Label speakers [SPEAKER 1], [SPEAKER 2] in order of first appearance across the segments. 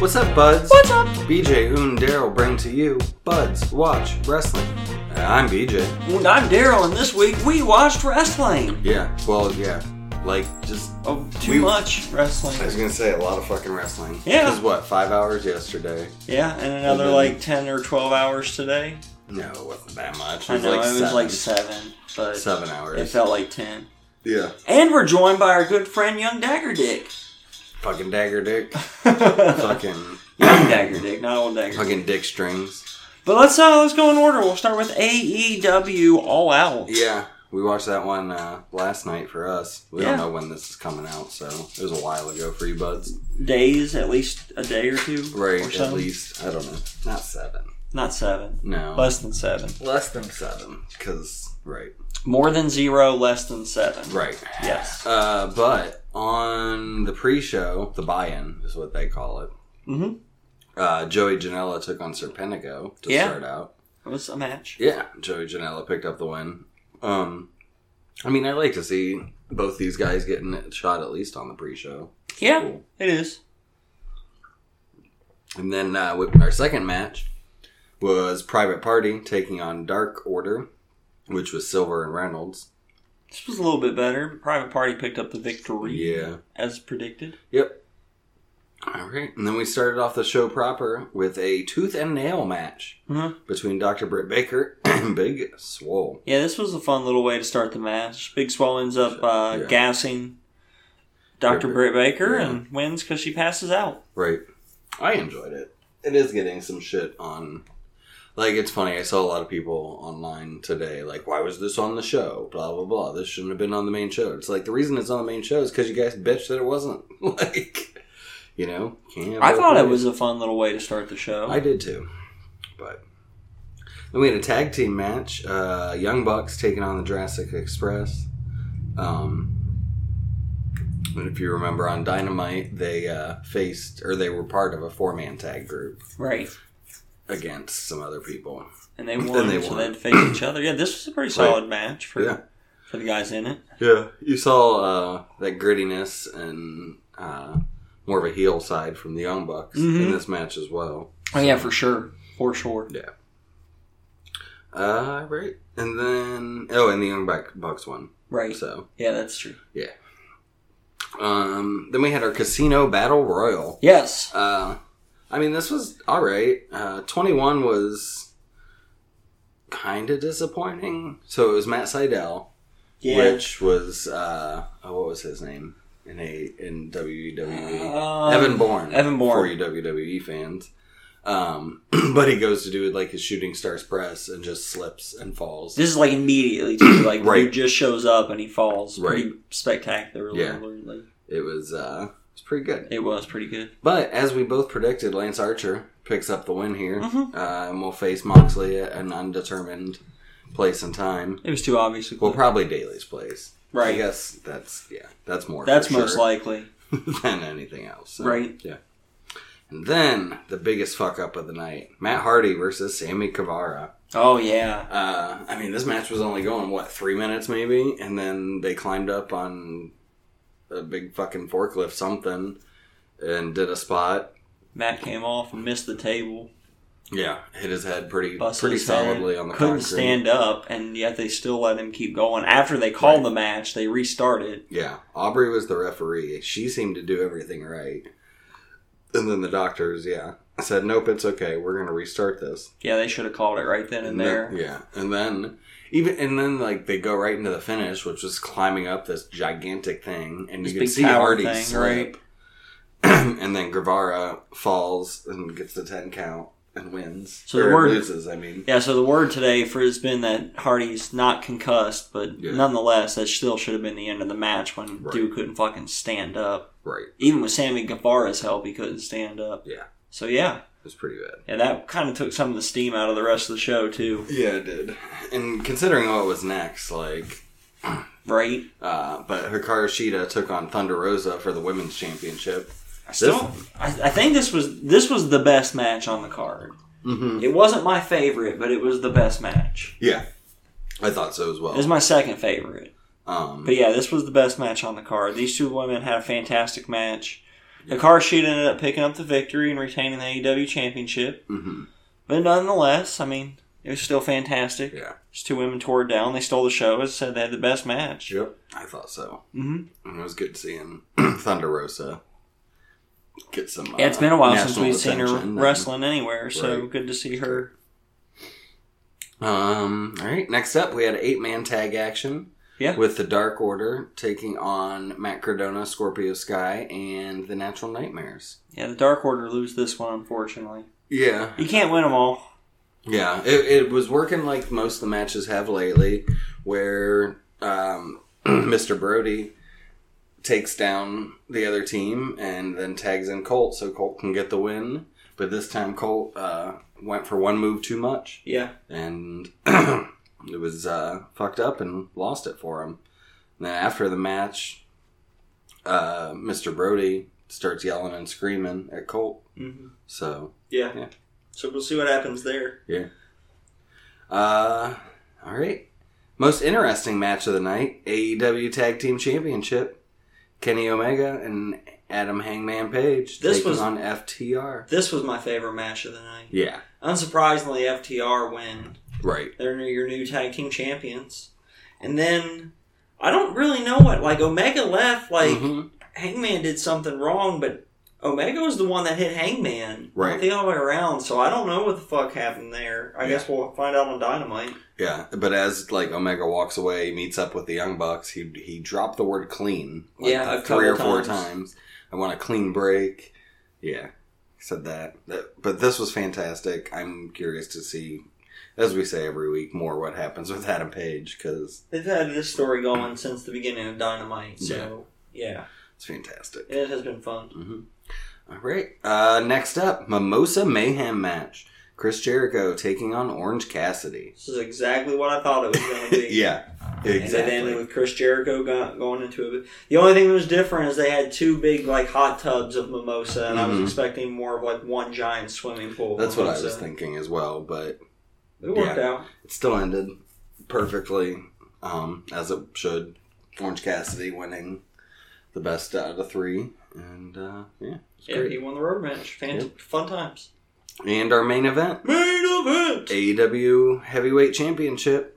[SPEAKER 1] What's up, buds?
[SPEAKER 2] What's up?
[SPEAKER 1] BJ, Oon, and Daryl bring to you Buds Watch Wrestling. Uh, I'm BJ.
[SPEAKER 2] And I'm Daryl, and this week we watched wrestling.
[SPEAKER 1] Yeah, well, yeah. Like, just.
[SPEAKER 2] Oh, too
[SPEAKER 1] We-
[SPEAKER 2] much
[SPEAKER 1] I was
[SPEAKER 2] wrestling.
[SPEAKER 1] gonna say a lot of fucking wrestling.
[SPEAKER 2] Yeah.
[SPEAKER 1] It was what, five hours yesterday?
[SPEAKER 2] Yeah, and another
[SPEAKER 1] Mhm.
[SPEAKER 2] like ten or twelve hours today.
[SPEAKER 1] No, it wasn't that much. It
[SPEAKER 2] I
[SPEAKER 1] was
[SPEAKER 2] know
[SPEAKER 1] like
[SPEAKER 2] it was
[SPEAKER 1] seven,
[SPEAKER 2] like seven, but
[SPEAKER 1] seven
[SPEAKER 2] it
[SPEAKER 1] hours.
[SPEAKER 2] felt like ten.
[SPEAKER 1] Yeah.
[SPEAKER 2] And we're joined by our good friend Young Dagger Dick.
[SPEAKER 1] Fucking dagger dick.
[SPEAKER 2] Young
[SPEAKER 1] fucking.
[SPEAKER 2] Dagger Dick, not old Dagger. Dick.
[SPEAKER 1] Fucking dick strings.
[SPEAKER 2] But let's uh let's go in order. We'll start with AEW All Out.
[SPEAKER 1] Yeah. We watched that one uh, last night for us. We
[SPEAKER 2] Yeah.
[SPEAKER 1] don't know when this is coming out, so it was a while ago for you, buds.
[SPEAKER 2] Days, at least a day or two.
[SPEAKER 1] Right,
[SPEAKER 2] or
[SPEAKER 1] at
[SPEAKER 2] so.
[SPEAKER 1] least. I don't know. Not seven.
[SPEAKER 2] Not seven.
[SPEAKER 1] No.
[SPEAKER 2] Less than seven.
[SPEAKER 1] Less than seven, because right,
[SPEAKER 2] More than zero, less than seven.
[SPEAKER 1] right.
[SPEAKER 2] Yes.
[SPEAKER 1] Uh, but on the pre-show, the buy-in is what they call it.
[SPEAKER 2] Mhm.
[SPEAKER 1] Uh, Joey Janela took on Serpentico to
[SPEAKER 2] Yeah.
[SPEAKER 1] start out.
[SPEAKER 2] It was a match.
[SPEAKER 1] Yeah, Joey Janela picked up the win. Um, I mean, I like to see both these guys getting a shot at least on the pre-show.
[SPEAKER 2] Yeah,
[SPEAKER 1] Cool.
[SPEAKER 2] it is.
[SPEAKER 1] And then uh, with our second match was Private Party taking on Dark Order, which was Silver and Reynolds.
[SPEAKER 2] This was a little bit better. Private Party picked up the victory
[SPEAKER 1] Yeah.
[SPEAKER 2] as predicted.
[SPEAKER 1] Yep. All right. And then we started off the show proper with a tooth and nail match
[SPEAKER 2] Mhm.
[SPEAKER 1] between Dr. Britt Baker and Big Swole.
[SPEAKER 2] Yeah, this was a fun little way to start the match. Big Swole ends up uh,
[SPEAKER 1] Yeah.
[SPEAKER 2] gassing Dr. Britt Baker
[SPEAKER 1] Yeah.
[SPEAKER 2] and wins because she passes out.
[SPEAKER 1] Right. I enjoyed it. It is getting some shit on. Like, it's funny. I saw a lot of people online today, like, why was this on the show? Blah, blah, blah. This shouldn't have been on the main show. It's like, the reason it's on the main show is because you guys bitched that it wasn't. like, you know? Can't have
[SPEAKER 2] I
[SPEAKER 1] both
[SPEAKER 2] thought it
[SPEAKER 1] ways.
[SPEAKER 2] was a fun little way to start the show.
[SPEAKER 1] I did too. But then we had a tag team match. Uh, Young Bucks taking on the Jurassic Express. Um, and if you remember on Dynamite, they uh, faced or they were part of a four man tag group
[SPEAKER 2] right.
[SPEAKER 1] against some other people.
[SPEAKER 2] And they
[SPEAKER 1] Then
[SPEAKER 2] won,
[SPEAKER 1] they
[SPEAKER 2] so
[SPEAKER 1] won.
[SPEAKER 2] they'd face each other. Yeah, this was a pretty solid match for,
[SPEAKER 1] Yeah.
[SPEAKER 2] for the guys in it.
[SPEAKER 1] Yeah, you saw uh, that grittiness and uh, more of a heel side from the Young Bucks in
[SPEAKER 2] Mhm.
[SPEAKER 1] this match as well.
[SPEAKER 2] Oh, yeah, for sure. For sure.
[SPEAKER 1] Uh, right. And then, oh, and the Young Buck- Bucks won.
[SPEAKER 2] Right.
[SPEAKER 1] So
[SPEAKER 2] Yeah, that's true.
[SPEAKER 1] Um, then we had our casino battle royal.
[SPEAKER 2] Yes.
[SPEAKER 1] Uh, I mean, this was all right. Uh, Twenty one was kind of disappointing. So it was Matt Seidel,
[SPEAKER 2] Yeah.
[SPEAKER 1] which was uh, oh, what was his name in a in WWE?
[SPEAKER 2] Um,
[SPEAKER 1] Evan Bourne.
[SPEAKER 2] Evan Bourne.
[SPEAKER 1] for you WWE fans. Um, but he goes to do like his shooting stars press and just slips and falls.
[SPEAKER 2] This is like immediately too. Like
[SPEAKER 1] Right.
[SPEAKER 2] he just shows up and he falls
[SPEAKER 1] Right.
[SPEAKER 2] pretty spectacularly.
[SPEAKER 1] Yeah.
[SPEAKER 2] Like,
[SPEAKER 1] It was uh, it was pretty good.
[SPEAKER 2] It was pretty good.
[SPEAKER 1] But as we both predicted, Lance Archer picks up the win here
[SPEAKER 2] Mhm.
[SPEAKER 1] uh, and will face Moxley at an undetermined place and time.
[SPEAKER 2] It was too obvious. to
[SPEAKER 1] Well,
[SPEAKER 2] clip.
[SPEAKER 1] probably Daly's place. I
[SPEAKER 2] right.
[SPEAKER 1] guess that's, yeah, that's more.
[SPEAKER 2] That's
[SPEAKER 1] for
[SPEAKER 2] most
[SPEAKER 1] sure
[SPEAKER 2] likely.
[SPEAKER 1] Than anything else. So,
[SPEAKER 2] Right.
[SPEAKER 1] Yeah. And then the biggest fuck up of the night Matt Hardy versus Sammy Guevara.
[SPEAKER 2] Oh yeah.
[SPEAKER 1] Uh, I mean, this match was only going, what, three minutes maybe? And then they climbed up on a big fucking forklift something and did a spot.
[SPEAKER 2] Matt came off and missed the table.
[SPEAKER 1] Yeah, hit his head pretty
[SPEAKER 2] Busted
[SPEAKER 1] pretty
[SPEAKER 2] his head,
[SPEAKER 1] solidly on the
[SPEAKER 2] couldn't
[SPEAKER 1] concrete.
[SPEAKER 2] stand up, and yet they still let him keep going. After they called
[SPEAKER 1] Right.
[SPEAKER 2] the match, they restarted.
[SPEAKER 1] Yeah, Aubrey was the referee. She seemed to do everything right, and then the doctors, yeah, said nope, it's okay. We're gonna restart this.
[SPEAKER 2] Yeah, they should have called it right then and there.
[SPEAKER 1] then- yeah, and then even and then like they go right into the finish, which was climbing up this gigantic thing, and
[SPEAKER 2] This
[SPEAKER 1] you can
[SPEAKER 2] big
[SPEAKER 1] see
[SPEAKER 2] tower
[SPEAKER 1] Hardy
[SPEAKER 2] thing,
[SPEAKER 1] slip, and then Guevara falls and gets the ten count and wins.
[SPEAKER 2] So the
[SPEAKER 1] Or
[SPEAKER 2] word-
[SPEAKER 1] loses. I mean,
[SPEAKER 2] Yeah, so the word today for has been that Hardy's not concussed, but
[SPEAKER 1] Yeah.
[SPEAKER 2] nonetheless, that still should have been the end of the match when
[SPEAKER 1] Right.
[SPEAKER 2] dude couldn't fucking stand up.
[SPEAKER 1] right,
[SPEAKER 2] even with Sammy Guevara's help, he couldn't stand up.
[SPEAKER 1] Yeah.
[SPEAKER 2] So yeah,
[SPEAKER 1] it was pretty bad.
[SPEAKER 2] yeah, that kind of took some of the steam out of the rest of the show too,
[SPEAKER 1] Yeah, it did. And considering what was next, like,
[SPEAKER 2] right?
[SPEAKER 1] uh, but Hikaru Shida took on Thunder Rosa for the women's championship.
[SPEAKER 2] I still, I, I think this was this was the best match on the card.
[SPEAKER 1] Mm-hmm.
[SPEAKER 2] It wasn't my favorite, but it was the best match.
[SPEAKER 1] Yeah, I thought so as
[SPEAKER 2] It was
[SPEAKER 1] well.
[SPEAKER 2] my second favorite,
[SPEAKER 1] Um,
[SPEAKER 2] but yeah, this was the best match on the card. These two women had a fantastic match. Akarshid ended up picking up the victory and retaining the AEW championship.
[SPEAKER 1] hmm
[SPEAKER 2] But nonetheless, I mean, it was still fantastic.
[SPEAKER 1] Yeah.
[SPEAKER 2] These two women tore it down. They stole the show. As I said, they had the best match.
[SPEAKER 1] Yep. I thought so.
[SPEAKER 2] hmm
[SPEAKER 1] And It was good seeing Thunder Rosa get some.
[SPEAKER 2] Yeah, it's
[SPEAKER 1] uh,
[SPEAKER 2] been a while since
[SPEAKER 1] national
[SPEAKER 2] we've seen her
[SPEAKER 1] attention.
[SPEAKER 2] wrestling anywhere, so
[SPEAKER 1] Right.
[SPEAKER 2] good to see her.
[SPEAKER 1] Um. All right. Next up, we had eight man tag action.
[SPEAKER 2] Yeah.
[SPEAKER 1] With the Dark Order taking on Matt Cardona, Scorpio Sky, and the Natural Nightmares.
[SPEAKER 2] Yeah, the Dark Order lose this one, unfortunately.
[SPEAKER 1] Yeah.
[SPEAKER 2] You can't win them all.
[SPEAKER 1] Yeah. It, it was working like most of the matches have lately, where um, Mr. Brody takes down the other team and then tags in Colt so Colt can get the win. But this time, Colt uh, went for one move too much.
[SPEAKER 2] Yeah.
[SPEAKER 1] and it was uh, fucked up and lost it for him. And then after the match, uh, Mr. Brody starts yelling and screaming at Colt.
[SPEAKER 2] hmm
[SPEAKER 1] So,
[SPEAKER 2] yeah.
[SPEAKER 1] Yeah.
[SPEAKER 2] So we'll see what happens there.
[SPEAKER 1] uh, all right. Most interesting match of the night AEW Tag Team Championship. Kenny Omega and Adam Hangman Page
[SPEAKER 2] This
[SPEAKER 1] taking
[SPEAKER 2] was-
[SPEAKER 1] on FTR.
[SPEAKER 2] This was my favorite match of the night.
[SPEAKER 1] Yeah,
[SPEAKER 2] Unsurprisingly, FTR win.
[SPEAKER 1] right.
[SPEAKER 2] They're new- your new tag team champions. And then I don't really know what like Omega left. Like
[SPEAKER 1] Mhm.
[SPEAKER 2] Hangman did something wrong, but Omega was the one that hit Hangman. not
[SPEAKER 1] Right.
[SPEAKER 2] the other way around. So I don't know what the fuck happened there. I
[SPEAKER 1] Yeah.
[SPEAKER 2] guess we'll find out on Dynamite.
[SPEAKER 1] Yeah, but as like Omega walks away, he meets up with the Young Bucks. He he dropped the word "clean" like
[SPEAKER 2] Yeah, a
[SPEAKER 1] three or
[SPEAKER 2] couple
[SPEAKER 1] four
[SPEAKER 2] times.
[SPEAKER 1] times. I want a clean break. Yeah, he said that. That- But this was fantastic. I'm curious to see, as we say every week, more what happens with Adam Page because
[SPEAKER 2] They've had this story going since the beginning of Dynamite. So yeah,
[SPEAKER 1] it's fantastic.
[SPEAKER 2] it has been fun.
[SPEAKER 1] Mhm. All right. Uh, next up, Mimosa Mayhem match. Chris Jericho taking on Orange Cassidy.
[SPEAKER 2] This is exactly what I thought it was going to be.
[SPEAKER 1] Yeah,
[SPEAKER 2] And it ended
[SPEAKER 1] exactly.
[SPEAKER 2] with Chris Jericho go- going into it. The only thing that was different is they had two big like hot tubs of mimosa, and I
[SPEAKER 1] Mhm.
[SPEAKER 2] was expecting more of like one giant swimming pool. of
[SPEAKER 1] That's what I
[SPEAKER 2] mimosa.
[SPEAKER 1] was thinking as well, but.
[SPEAKER 2] It worked
[SPEAKER 1] Yeah.
[SPEAKER 2] out.
[SPEAKER 1] it still ended perfectly um, as it should orange cassidy winning the best out of the three and uh, yeah it's
[SPEAKER 2] Yeah,
[SPEAKER 1] great
[SPEAKER 2] he won the road match. Fan- Fun times.
[SPEAKER 1] and our main event
[SPEAKER 2] Main event.
[SPEAKER 1] aew heavyweight championship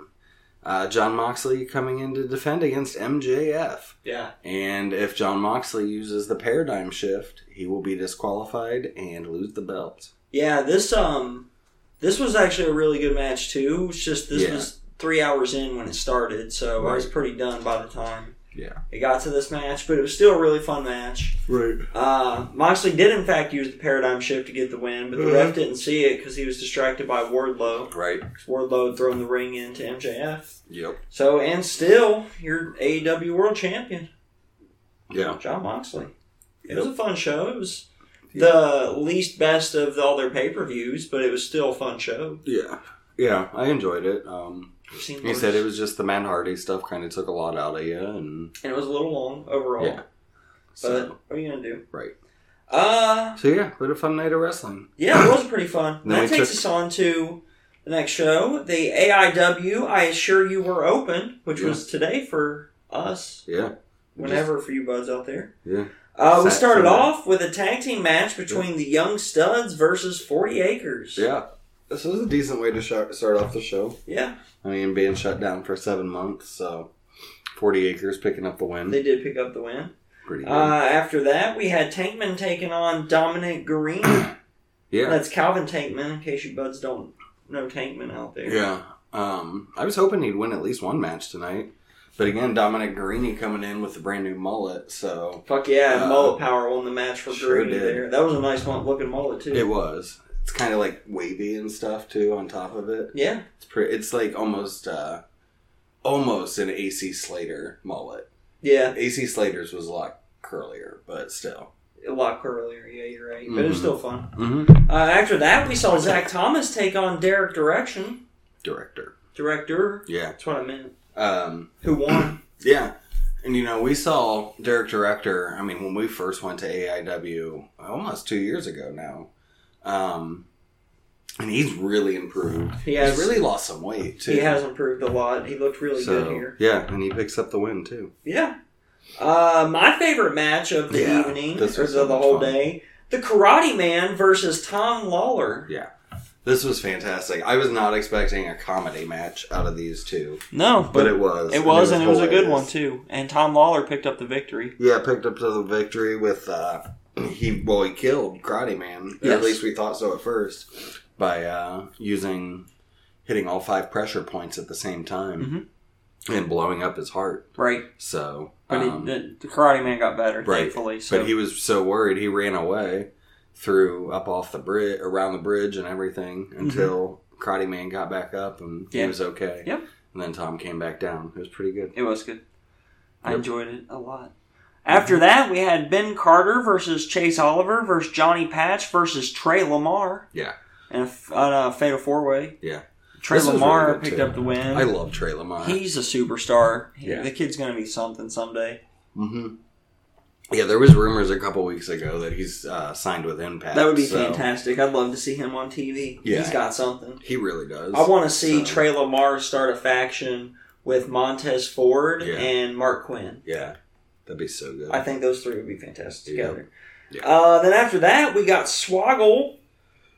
[SPEAKER 1] uh, john moxley coming in to defend against mjf
[SPEAKER 2] Yeah,
[SPEAKER 1] and if john moxley uses the paradigm shift he will be disqualified and lose the belt
[SPEAKER 2] yeah. This um, this was actually a really good match too. It's just this
[SPEAKER 1] Yeah.
[SPEAKER 2] was three hours in when it started, so I was
[SPEAKER 1] Right.
[SPEAKER 2] pretty done by the time.
[SPEAKER 1] Yeah.
[SPEAKER 2] it got to this match, but it was still a really fun match.
[SPEAKER 1] right
[SPEAKER 2] Uh, Moxley did in fact use the paradigm shift to get the win, but the ref didn't see it because he was distracted by Wardlow.
[SPEAKER 1] right
[SPEAKER 2] 'Cause Wardlow had thrown the ring into MJF.
[SPEAKER 1] yep
[SPEAKER 2] So, and still, you're AEW World Champion,
[SPEAKER 1] yeah
[SPEAKER 2] John Moxley. It
[SPEAKER 1] Yep.
[SPEAKER 2] was a fun show. It was the least best of all their pay per views, but it was still a fun show.
[SPEAKER 1] yeah yeah i enjoyed it um
[SPEAKER 2] I've seen
[SPEAKER 1] He
[SPEAKER 2] worse.
[SPEAKER 1] said it was just the Matt Hardy stuff kind of took a lot out of you, and
[SPEAKER 2] and it was a little long overall.
[SPEAKER 1] Yeah.
[SPEAKER 2] But
[SPEAKER 1] so
[SPEAKER 2] what are you gonna do?
[SPEAKER 1] Right.
[SPEAKER 2] Uh,
[SPEAKER 1] so yeah, but a fun night of wrestling.
[SPEAKER 2] Yeah, it was pretty fun.
[SPEAKER 1] Then
[SPEAKER 2] that
[SPEAKER 1] we
[SPEAKER 2] takes
[SPEAKER 1] took-
[SPEAKER 2] us on to the next show, the AIW. I assure you, were open, which
[SPEAKER 1] Yeah.
[SPEAKER 2] was today for us.
[SPEAKER 1] Yeah,
[SPEAKER 2] Whenever for you buds out there.
[SPEAKER 1] Yeah.
[SPEAKER 2] Uh, we
[SPEAKER 1] Sat
[SPEAKER 2] started
[SPEAKER 1] for that.
[SPEAKER 2] off with a tag team match between the Young Studs versus Forty Acres.
[SPEAKER 1] yeah. This was a decent way to sho- start off the show.
[SPEAKER 2] Yeah,
[SPEAKER 1] I mean, being shut down for seven months, so forty acres picking up the win.
[SPEAKER 2] they did pick up the win.
[SPEAKER 1] Pretty
[SPEAKER 2] Uh,
[SPEAKER 1] good.
[SPEAKER 2] after that, we had Tankman taking on Dominic Green.
[SPEAKER 1] yeah,
[SPEAKER 2] That's Calvin Tankman, in case you buds don't know Tankman out there.
[SPEAKER 1] yeah. Um, I was hoping he'd win at least one match tonight, but again, Dominic Garini coming in with a brand new mullet, so
[SPEAKER 2] Fuck yeah,
[SPEAKER 1] Uh,
[SPEAKER 2] Mullet Power won the match for
[SPEAKER 1] sure
[SPEAKER 2] Green
[SPEAKER 1] did.
[SPEAKER 2] there. That was a nice one looking mullet too.
[SPEAKER 1] it was. It's kind of like wavy and stuff too on top of it.
[SPEAKER 2] Yeah,
[SPEAKER 1] It's pretty. It's like almost, uh, almost an AC Slater mullet.
[SPEAKER 2] yeah,
[SPEAKER 1] AC Slater's was a lot curlier, but still.
[SPEAKER 2] a lot curlier. Yeah, you're right, but it was
[SPEAKER 1] Mhm.
[SPEAKER 2] still fun.
[SPEAKER 1] Mm-hmm.
[SPEAKER 2] Uh, after that, we saw Zach Thomas take on Derek Direction,
[SPEAKER 1] Director.
[SPEAKER 2] director.
[SPEAKER 1] Yeah.
[SPEAKER 2] That's what I meant.
[SPEAKER 1] Um.
[SPEAKER 2] Who won?
[SPEAKER 1] Yeah. And you know, we saw Derek Director. I mean, when we first went to AIW, almost two years ago now. Um. And he's really improved.
[SPEAKER 2] He has
[SPEAKER 1] he's really lost some weight too.
[SPEAKER 2] He has improved a lot. He looked really
[SPEAKER 1] so,
[SPEAKER 2] good here.
[SPEAKER 1] Yeah, and he picks up the win too.
[SPEAKER 2] Yeah. Uh, my favorite match of the
[SPEAKER 1] Yeah,
[SPEAKER 2] evening, or
[SPEAKER 1] this was so
[SPEAKER 2] the
[SPEAKER 1] much
[SPEAKER 2] whole
[SPEAKER 1] fun.
[SPEAKER 2] day, the Karate Man versus Tom Lawler.
[SPEAKER 1] This was fantastic. I was not expecting a comedy match out of these two,
[SPEAKER 2] No,
[SPEAKER 1] but, it was.
[SPEAKER 2] It was, and it was, a good one
[SPEAKER 1] hilarious.
[SPEAKER 2] too. And Tom Lawler picked up the victory.
[SPEAKER 1] Yeah, picked up to the victory with uh he well he killed Karate Man.
[SPEAKER 2] Yes.
[SPEAKER 1] At least we thought so at first by uh using hitting all five pressure points at the same time
[SPEAKER 2] Mm-hmm.
[SPEAKER 1] and blowing up his heart.
[SPEAKER 2] Right,
[SPEAKER 1] So
[SPEAKER 2] but he-
[SPEAKER 1] um,
[SPEAKER 2] the, the Karate Man got better,
[SPEAKER 1] right.
[SPEAKER 2] thankfully. So
[SPEAKER 1] but he was so worried he ran away through up off the bridge around the bridge and everything until Karate Man got back up and
[SPEAKER 2] Mm-hmm. Yeah.
[SPEAKER 1] he was okay.
[SPEAKER 2] Yep.
[SPEAKER 1] And then Tom came back down. It was pretty good.
[SPEAKER 2] it was good. I
[SPEAKER 1] Yep.
[SPEAKER 2] enjoyed it a lot. After that, we had Ben Carter versus Chase Oliver versus Johnny Patch versus Trey Lamar.
[SPEAKER 1] Yeah.
[SPEAKER 2] and a, f- uh, a fatal four way.
[SPEAKER 1] Yeah.
[SPEAKER 2] Trey
[SPEAKER 1] This was
[SPEAKER 2] Lamar
[SPEAKER 1] really good,
[SPEAKER 2] picked
[SPEAKER 1] too.
[SPEAKER 2] up the win.
[SPEAKER 1] I love Trey Lamar.
[SPEAKER 2] He's a superstar. He-
[SPEAKER 1] Yeah.
[SPEAKER 2] The kid's gonna be something someday. Mm-hmm.
[SPEAKER 1] hmm Yeah, there was rumors a couple weeks ago that he's uh, signed with Impact.
[SPEAKER 2] That would be
[SPEAKER 1] so
[SPEAKER 2] fantastic. I'd love to see him on TV.
[SPEAKER 1] Yeah.
[SPEAKER 2] He's got something.
[SPEAKER 1] He really does.
[SPEAKER 2] I want to see
[SPEAKER 1] So-
[SPEAKER 2] Trey Lamar start a faction with Montez Ford
[SPEAKER 1] Yeah.
[SPEAKER 2] and Mark Quinn.
[SPEAKER 1] yeah, that'd be so good.
[SPEAKER 2] I think those three would be fantastic
[SPEAKER 1] Yeah.
[SPEAKER 2] together.
[SPEAKER 1] Yeah.
[SPEAKER 2] Uh, then after that, we got Swoggle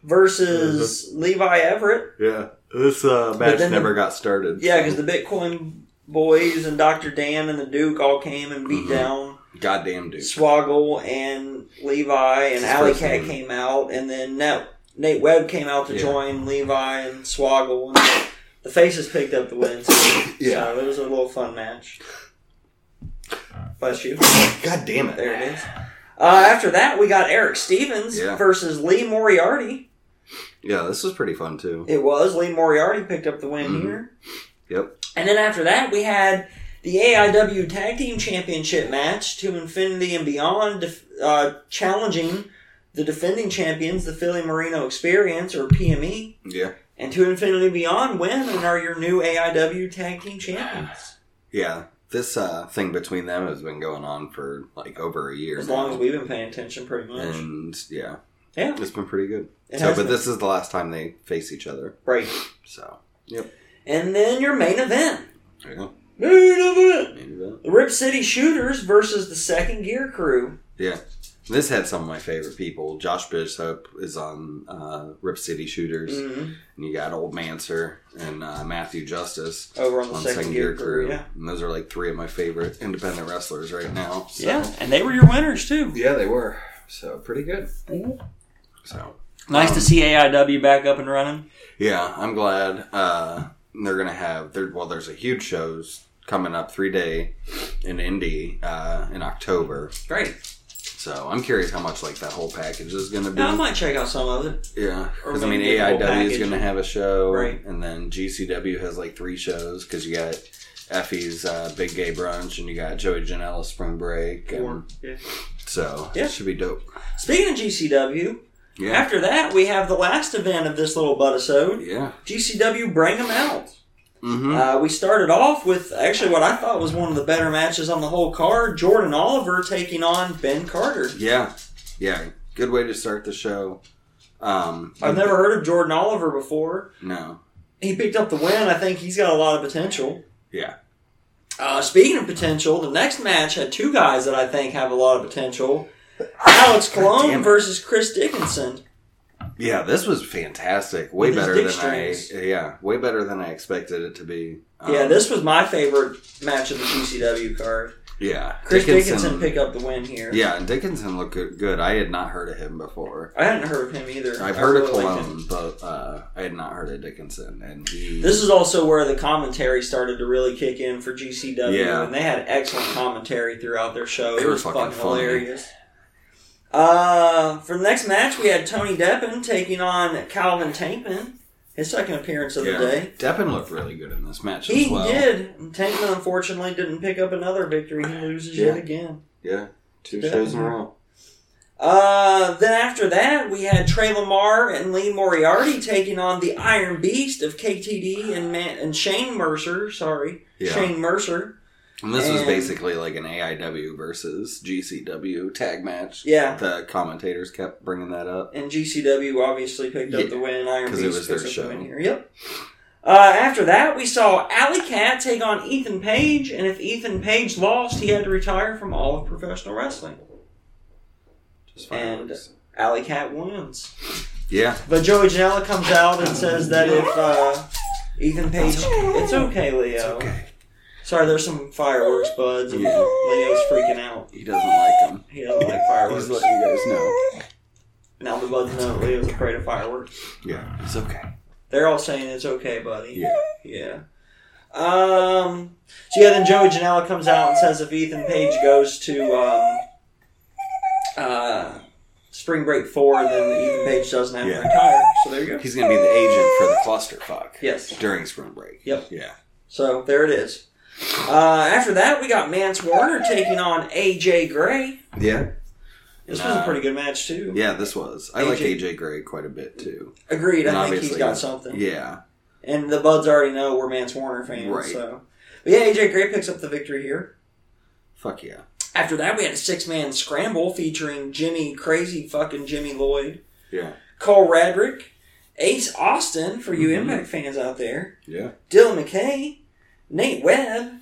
[SPEAKER 2] versus Levi Everett.
[SPEAKER 1] yeah, this uh, match
[SPEAKER 2] then the-
[SPEAKER 1] never got started.
[SPEAKER 2] Yeah,
[SPEAKER 1] so-
[SPEAKER 2] because the Bitcoin boys and Dr. Dan and the Duke all came and beat
[SPEAKER 1] Mhm.
[SPEAKER 2] down
[SPEAKER 1] goddamn dude.
[SPEAKER 2] Swoggle and Levi and
[SPEAKER 1] His
[SPEAKER 2] Alley
[SPEAKER 1] first
[SPEAKER 2] Cat
[SPEAKER 1] name.
[SPEAKER 2] came out, and then Nat, Nate Webb came out to
[SPEAKER 1] Yeah.
[SPEAKER 2] join Levi and Swoggle. And the faces picked up the win. So,
[SPEAKER 1] Yeah.
[SPEAKER 2] so it was a little fun match. Bless you.
[SPEAKER 1] God damn it.
[SPEAKER 2] There it is. Uh, after that, we got Eric Stevens
[SPEAKER 1] Yeah.
[SPEAKER 2] versus Lee Moriarty.
[SPEAKER 1] Yeah, this was pretty fun too.
[SPEAKER 2] It was Lee Moriarty picked up the win
[SPEAKER 1] Mhm.
[SPEAKER 2] here.
[SPEAKER 1] Yep.
[SPEAKER 2] And then after that, we had the AIW Tag Team Championship match to Infinity and Beyond, def- uh, challenging the defending champions, the Philly Marino Experience, or PME,
[SPEAKER 1] Yeah,
[SPEAKER 2] and to Infinity and Beyond win and are your new AIW Tag Team Champions.
[SPEAKER 1] yeah. This uh, thing between them has been going on for like over a year.
[SPEAKER 2] As
[SPEAKER 1] now.
[SPEAKER 2] long as we've been paying attention, pretty much.
[SPEAKER 1] and yeah,
[SPEAKER 2] yeah.
[SPEAKER 1] it's been pretty good.
[SPEAKER 2] It
[SPEAKER 1] so,
[SPEAKER 2] has
[SPEAKER 1] but
[SPEAKER 2] been.
[SPEAKER 1] this is the last time they face each other.
[SPEAKER 2] Right.
[SPEAKER 1] So,
[SPEAKER 2] And then your main event.
[SPEAKER 1] yeah,
[SPEAKER 2] Main event.
[SPEAKER 1] maybe that.
[SPEAKER 2] The Rip City Shooters versus the Second Gear Crew.
[SPEAKER 1] Yeah. This had some of my favorite people. Josh Bishop is on uh, Rip City Shooters,
[SPEAKER 2] Mhm.
[SPEAKER 1] and you got Old Manser and uh, Matthew Justice
[SPEAKER 2] Over on
[SPEAKER 1] on
[SPEAKER 2] the Second, Gear, Crew. Yeah.
[SPEAKER 1] And those are like three of my favorite independent wrestlers right now. So.
[SPEAKER 2] Yeah, and they were your winners too.
[SPEAKER 1] Yeah, they were. So pretty good.
[SPEAKER 2] Mm-hmm.
[SPEAKER 1] So
[SPEAKER 2] Nice to see AIW back up and running.
[SPEAKER 1] yeah, I'm glad uh, they're gonna have there. Well, there's a huge shows coming up three day in Indy uh, in October.
[SPEAKER 2] Great.
[SPEAKER 1] So I'm curious how much like that whole package is gonna be.
[SPEAKER 2] Now I might check out some of it.
[SPEAKER 1] Yeah,
[SPEAKER 2] Or
[SPEAKER 1] because I mean,
[SPEAKER 2] maybe a whole
[SPEAKER 1] AIW is
[SPEAKER 2] package.
[SPEAKER 1] going to have a show,
[SPEAKER 2] Right.
[SPEAKER 1] And then GCW has like three shows because you got Effie's uh, Big Gay Brunch and you got Joey Janela's Spring Break, and so
[SPEAKER 2] Yeah.
[SPEAKER 1] it should be dope.
[SPEAKER 2] Speaking of GCW,
[SPEAKER 1] Yeah,
[SPEAKER 2] after that we have the last event of this little buddisode.
[SPEAKER 1] yeah.
[SPEAKER 2] GCW Bring 'Em Out.
[SPEAKER 1] Mm-hmm.
[SPEAKER 2] Uh, we started off with actually what I thought was one of the better matches on the whole card. Jordan Oliver taking on Ben Carter.
[SPEAKER 1] yeah, yeah. Good way to start the show. Um,
[SPEAKER 2] I've never heard of Jordan Oliver before.
[SPEAKER 1] No.
[SPEAKER 2] He picked up the win. I think he's got a lot of potential.
[SPEAKER 1] Yeah.
[SPEAKER 2] Uh, speaking of potential, the next match had two guys that I think have a lot of potential. Alex
[SPEAKER 1] damn
[SPEAKER 2] Colon
[SPEAKER 1] it.
[SPEAKER 2] versus Chris Dickinson.
[SPEAKER 1] Yeah, this was fantastic. Way
[SPEAKER 2] With his
[SPEAKER 1] better
[SPEAKER 2] dick
[SPEAKER 1] than
[SPEAKER 2] strings.
[SPEAKER 1] I. Yeah, way better than I expected it to be. Um,
[SPEAKER 2] yeah, this was my favorite match of the GCW card.
[SPEAKER 1] Yeah,
[SPEAKER 2] Chris Dickinson, picked up the win here.
[SPEAKER 1] Yeah, and Dickinson looked good- good. I had not heard of him before.
[SPEAKER 2] I hadn't heard of him either.
[SPEAKER 1] I've
[SPEAKER 2] I
[SPEAKER 1] heard of
[SPEAKER 2] really liked him.
[SPEAKER 1] Cologne, but uh, I had not heard of Dickinson, and he
[SPEAKER 2] This is also where the commentary started to really kick in for GCW,
[SPEAKER 1] Yeah.
[SPEAKER 2] and they had excellent commentary throughout their show.
[SPEAKER 1] They
[SPEAKER 2] it
[SPEAKER 1] were
[SPEAKER 2] was
[SPEAKER 1] fucking
[SPEAKER 2] fucking,
[SPEAKER 1] funny.
[SPEAKER 2] hilarious. Uh, for the next match, we had Tony Deppen taking on Calvin Tankman, his second appearance of
[SPEAKER 1] Yeah.
[SPEAKER 2] the day.
[SPEAKER 1] Deppen looked really good in this match
[SPEAKER 2] He
[SPEAKER 1] as well.
[SPEAKER 2] did. And Tankman unfortunately didn't pick up another victory. He loses
[SPEAKER 1] Yeah.
[SPEAKER 2] yet again.
[SPEAKER 1] Yeah, two
[SPEAKER 2] Deppen.
[SPEAKER 1] shows in a row.
[SPEAKER 2] Uh, then after that, we had Trey Lamar and Lee Moriarty taking on the Iron Beast of KTD and Man- and Shane Mercer. Sorry,
[SPEAKER 1] Yeah,
[SPEAKER 2] Shane Mercer.
[SPEAKER 1] and this was
[SPEAKER 2] and-
[SPEAKER 1] basically like an AIW versus GCW tag match.
[SPEAKER 2] Yeah,
[SPEAKER 1] The commentators kept bringing that up.
[SPEAKER 2] and GCW obviously picked up
[SPEAKER 1] Yeah,
[SPEAKER 2] the win. Iron
[SPEAKER 1] 'cause
[SPEAKER 2] Beast
[SPEAKER 1] it was
[SPEAKER 2] picks
[SPEAKER 1] their
[SPEAKER 2] up
[SPEAKER 1] show.
[SPEAKER 2] the win here. Yep. Uh, after that, we saw Alley Cat take on Ethan Page, and if Ethan Page lost, he had to retire from all of professional wrestling.
[SPEAKER 1] Just
[SPEAKER 2] And-
[SPEAKER 1] fireworks.
[SPEAKER 2] Alley Cat wins.
[SPEAKER 1] yeah,
[SPEAKER 2] But Joey Janela comes out and says that if uh, Ethan Page. It's okay, Leo.
[SPEAKER 1] it's okay.
[SPEAKER 2] Sorry, there's some fireworks, buds, and
[SPEAKER 1] Yeah.
[SPEAKER 2] Leo's freaking out.
[SPEAKER 1] He doesn't like them.
[SPEAKER 2] He doesn't like fireworks.
[SPEAKER 1] He's letting you guys know.
[SPEAKER 2] now the buds know Leo's afraid of fireworks.
[SPEAKER 1] Yeah, it's okay.
[SPEAKER 2] They're all saying it's okay, buddy.
[SPEAKER 1] Yeah,
[SPEAKER 2] Yeah. Um. So yeah, then Joey Janela comes out and says if Ethan Page goes to um, uh, Spring Break Four, then Ethan Page doesn't have
[SPEAKER 1] Yeah.
[SPEAKER 2] to retire. So there you go.
[SPEAKER 1] he's gonna be the agent for the clusterfuck
[SPEAKER 2] Yes.
[SPEAKER 1] during spring break.
[SPEAKER 2] Yep.
[SPEAKER 1] Yeah.
[SPEAKER 2] So there it is. Uh, after that, we got Mance Warner taking on AJ Gray.
[SPEAKER 1] Yeah.
[SPEAKER 2] This
[SPEAKER 1] And,
[SPEAKER 2] was a
[SPEAKER 1] uh,
[SPEAKER 2] pretty good match too.
[SPEAKER 1] Yeah, this was. I
[SPEAKER 2] AJ
[SPEAKER 1] like AJ Gray quite a bit too.
[SPEAKER 2] Agreed.
[SPEAKER 1] And
[SPEAKER 2] I think he's
[SPEAKER 1] obviously-
[SPEAKER 2] got something.
[SPEAKER 1] Yeah.
[SPEAKER 2] And the buds already know we're Mance Warner fans.
[SPEAKER 1] Right.
[SPEAKER 2] So, but yeah, AJ Gray picks up the victory here.
[SPEAKER 1] Fuck yeah.
[SPEAKER 2] After that, we had a six man scramble featuring Jimmy, crazy fucking Jimmy Lloyd,
[SPEAKER 1] Yeah.
[SPEAKER 2] Cole Radrick, Ace Austin, for you
[SPEAKER 1] Mhm.
[SPEAKER 2] Impact fans out there,
[SPEAKER 1] Yeah.
[SPEAKER 2] Dylan McKay, Nate Webb,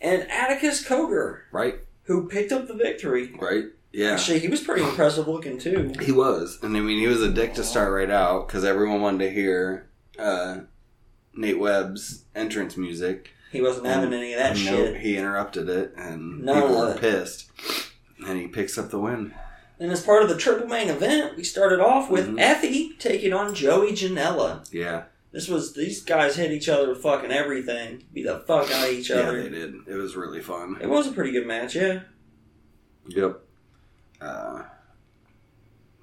[SPEAKER 2] and Atticus Koger,
[SPEAKER 1] Right.
[SPEAKER 2] who picked up the victory.
[SPEAKER 1] Right. Yeah.
[SPEAKER 2] Actually, he was pretty impressive looking, too.
[SPEAKER 1] He was, and I mean, he was a dick to start right out because everyone wanted to hear uh, Nate Webb's entrance music.
[SPEAKER 2] He wasn't having any of that
[SPEAKER 1] And
[SPEAKER 2] shit.
[SPEAKER 1] he interrupted it, and
[SPEAKER 2] None
[SPEAKER 1] people
[SPEAKER 2] of
[SPEAKER 1] were
[SPEAKER 2] it.
[SPEAKER 1] pissed. And he picks up the win.
[SPEAKER 2] And as part of the triple main event, we started off with
[SPEAKER 1] Mhm.
[SPEAKER 2] Effie taking on Joey Janela.
[SPEAKER 1] Yeah,
[SPEAKER 2] This was, these guys hit each other with fucking everything, beat the fuck out of each
[SPEAKER 1] yeah,
[SPEAKER 2] other.
[SPEAKER 1] they did. It was really fun.
[SPEAKER 2] It was a pretty good match, yeah.
[SPEAKER 1] Yep. Uh,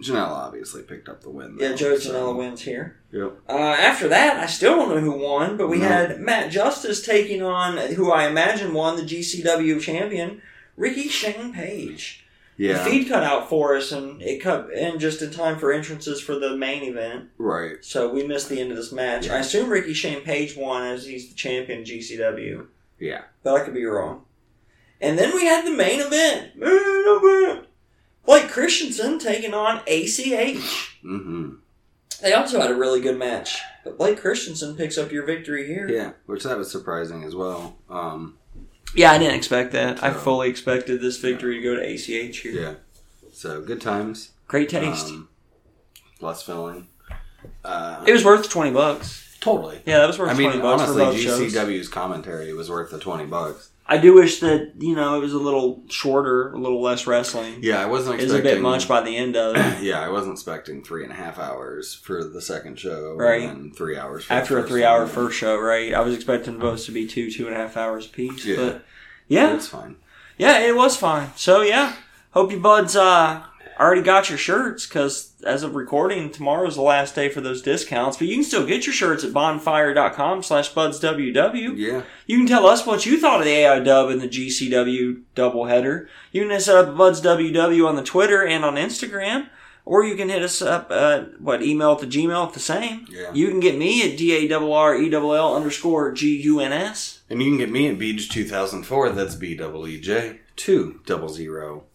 [SPEAKER 1] Janelle obviously picked up the win.
[SPEAKER 2] Yeah,
[SPEAKER 1] though,
[SPEAKER 2] Joey
[SPEAKER 1] so-
[SPEAKER 2] Janela wins here.
[SPEAKER 1] Yep.
[SPEAKER 2] Uh, after that, I still don't know who won, but we
[SPEAKER 1] No.
[SPEAKER 2] had Matt Justice taking on who I imagine won the GCW champion, Ricky Shane Page. The
[SPEAKER 1] Yeah.
[SPEAKER 2] feed cut out for us, and it cut in just in time for entrances for the main event,
[SPEAKER 1] Right.
[SPEAKER 2] so we missed the end of this match.
[SPEAKER 1] Yeah.
[SPEAKER 2] I assume Ricky Shane Page won as he's the champion of GCW,
[SPEAKER 1] Yeah.
[SPEAKER 2] but I could be wrong. And then we had the main event. Main event. Blake Christensen taking on ACH.
[SPEAKER 1] Mm-hmm.
[SPEAKER 2] They also had a really good match, but Blake Christensen picks up your victory here.
[SPEAKER 1] Yeah, which that was surprising as well. Um,
[SPEAKER 2] Yeah, I didn't expect that. I
[SPEAKER 1] So-
[SPEAKER 2] fully expected this victory to go to ACH here.
[SPEAKER 1] yeah. So good times.
[SPEAKER 2] Great taste.
[SPEAKER 1] Um, less filling. Uh,
[SPEAKER 2] it was worth twenty bucks.
[SPEAKER 1] totally.
[SPEAKER 2] Yeah, that was worth
[SPEAKER 1] I mean,
[SPEAKER 2] twenty bucks
[SPEAKER 1] honestly,
[SPEAKER 2] for both shows.
[SPEAKER 1] GCW's commentary was worth the twenty bucks.
[SPEAKER 2] I do wish that you know it was a little shorter, a little less wrestling.
[SPEAKER 1] Yeah, I wasn't
[SPEAKER 2] It was
[SPEAKER 1] expecting.
[SPEAKER 2] a bit much by the end of it.
[SPEAKER 1] yeah, I wasn't expecting three and a half hours for the second show,
[SPEAKER 2] Right.
[SPEAKER 1] And then three hours for
[SPEAKER 2] after
[SPEAKER 1] the
[SPEAKER 2] a
[SPEAKER 1] first
[SPEAKER 2] three-hour
[SPEAKER 1] one.
[SPEAKER 2] first show, right? I was expecting both to be two, two and a half hours apiece.
[SPEAKER 1] Yeah.
[SPEAKER 2] But yeah,
[SPEAKER 1] It's fine.
[SPEAKER 2] Yeah, it was fine. So yeah, hope you buds uh already got your shirts because as of recording, tomorrow's the last day for those discounts. But you can still get your shirts at bonfire.com slash budsww.
[SPEAKER 1] Yeah,
[SPEAKER 2] You can tell us what you thought of the AI dub and the GCW doubleheader. You can hit us up at budsww on the Twitter and on Instagram. Or you can hit us up at what email at the Gmail at the same.
[SPEAKER 1] Yeah.
[SPEAKER 2] You can get me at D A R R E L L underscore G U N S.
[SPEAKER 1] and you can get me at Beej two thousand four. That's B double E J two double zero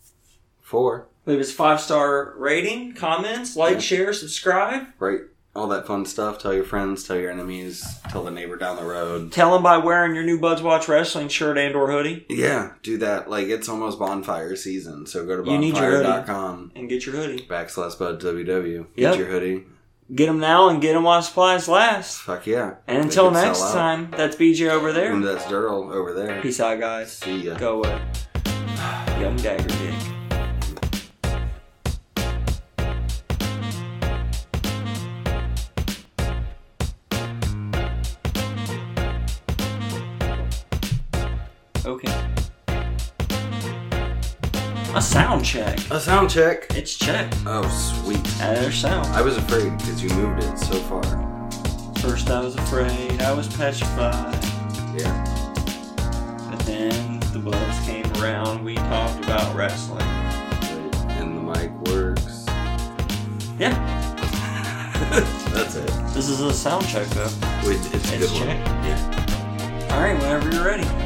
[SPEAKER 1] four.
[SPEAKER 2] Leave us five star rating, comments, like,
[SPEAKER 1] Yeah.
[SPEAKER 2] share, subscribe.
[SPEAKER 1] Right, all that fun stuff. Tell your friends, tell your enemies, tell the neighbor down the road.
[SPEAKER 2] Tell them by wearing your new Buds Watch Wrestling shirt and or hoodie,
[SPEAKER 1] Yeah, do that. Like it's almost bonfire season, so go to
[SPEAKER 2] You need your hoodie.
[SPEAKER 1] bonfire.com
[SPEAKER 2] and get your hoodie.
[SPEAKER 1] backslash bud ww. Get
[SPEAKER 2] Yep.
[SPEAKER 1] your hoodie.
[SPEAKER 2] Get them now and get them while supplies last.
[SPEAKER 1] Fuck yeah.
[SPEAKER 2] And
[SPEAKER 1] They
[SPEAKER 2] until
[SPEAKER 1] could sell
[SPEAKER 2] next
[SPEAKER 1] out.
[SPEAKER 2] time, that's BJ over there.
[SPEAKER 1] And that's Daryl over there.
[SPEAKER 2] Peace out, guys.
[SPEAKER 1] See ya.
[SPEAKER 2] Go away. Young Dagger Dick. Okay. A sound check.
[SPEAKER 1] A sound check.
[SPEAKER 2] It's checked.
[SPEAKER 1] Oh sweet.
[SPEAKER 2] There's sound.
[SPEAKER 1] I was afraid because you moved it so far.
[SPEAKER 2] First I was afraid, I was petrified.
[SPEAKER 1] Yeah.
[SPEAKER 2] But then the buzz came around, we talked about wrestling.
[SPEAKER 1] And the mic works.
[SPEAKER 2] Yeah.
[SPEAKER 1] That's it.
[SPEAKER 2] This is a sound check, though.
[SPEAKER 1] Wait, it's a good
[SPEAKER 2] It's
[SPEAKER 1] one.
[SPEAKER 2] check.
[SPEAKER 1] Yeah.
[SPEAKER 2] All right, whenever you're ready.